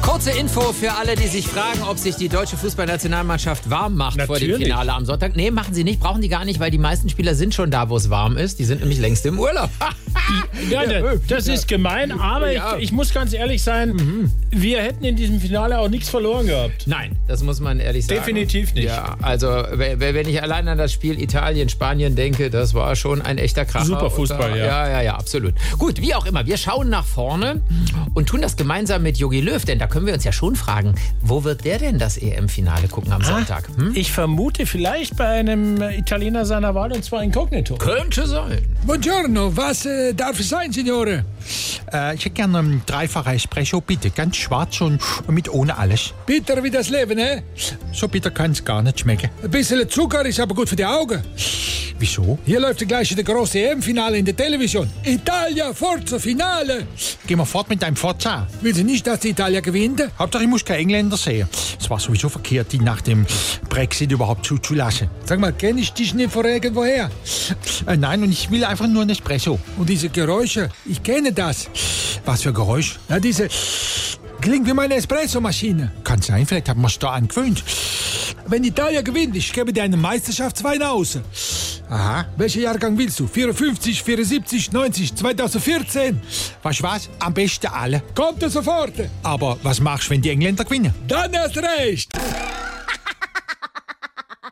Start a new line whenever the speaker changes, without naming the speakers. Kurze Info für alle, die sich fragen, ob sich die deutsche Fußballnationalmannschaft warm macht vor dem
Natürlich.
Finale am Sonntag. Nee, machen sie nicht, brauchen die gar nicht, weil die meisten Spieler sind schon da, wo es warm ist. Die sind nämlich längst im Urlaub.
Ja, da- das ist gemein, aber ich,
Ja. Mhm.
ich muss ganz ehrlich sein, wir hätten in diesem Finale auch nichts verloren gehabt.
Nein, das muss man ehrlich sagen.
Definitiv nicht.
Ja, also we- we- wenn ich allein an das Spiel Italien, Spanien denke, das war schon ein echter Kracher.
Super Fußball,
Und da-
ja.
Ja, ja, ja, absolut. Gut, wie auch immer, wir schauen nach vorne und tun das gemeinsam mit Jogi Löw, denn da können wir uns ja schon fragen, wo wird der denn das EM-Finale gucken
Ah.
am Sonntag? Hm?
Ich vermute vielleicht bei einem äh, Italiener seiner Wahl und zwar inkognito.
Könnte sein.
Buongiorno, was äh, darf es sein, Signore?
Äh, ich hätte gerne einen Dreifacher Espresso, bitte. Ganz schwarz und mit ohne alles.
Bitter wie das Leben, hä?
So bitter kann es gar nicht schmecken. Äh,
Ein bisschen Zucker ist aber gut für die Augen.
Wieso?
Hier läuft gleich der große EM-Finale in der Television. Italia, Forza, Finale.
Geh mal fort mit deinem Forza.
Willst du nicht, dass die Italia gewinnt?
Hauptsache, ich muss keinen Engländer sehen. Es war sowieso verkehrt, die nach dem Brexit überhaupt zuzulassen.
Sag mal, kenne ich dich nicht von irgendwoher?
Äh, nein, und ich will einfach nur einen Espresso.
Und diese Geräusche, ich kenne das.
Was für Geräusch?
Na, diese klingt wie meine Espressomaschine.
Kann sein, vielleicht haben wir es da angewöhnt.
Wenn Italia gewinnt, ich gebe dir einen Meisterschaftswein aus.
Aha.
Welchen Jahrgang willst du? 54, 74, 90, 2014?
Weißt du was? Am besten alle.
Kommt er sofort?
Aber was machst du, wenn die Engländer gewinnen?
Dann erst recht.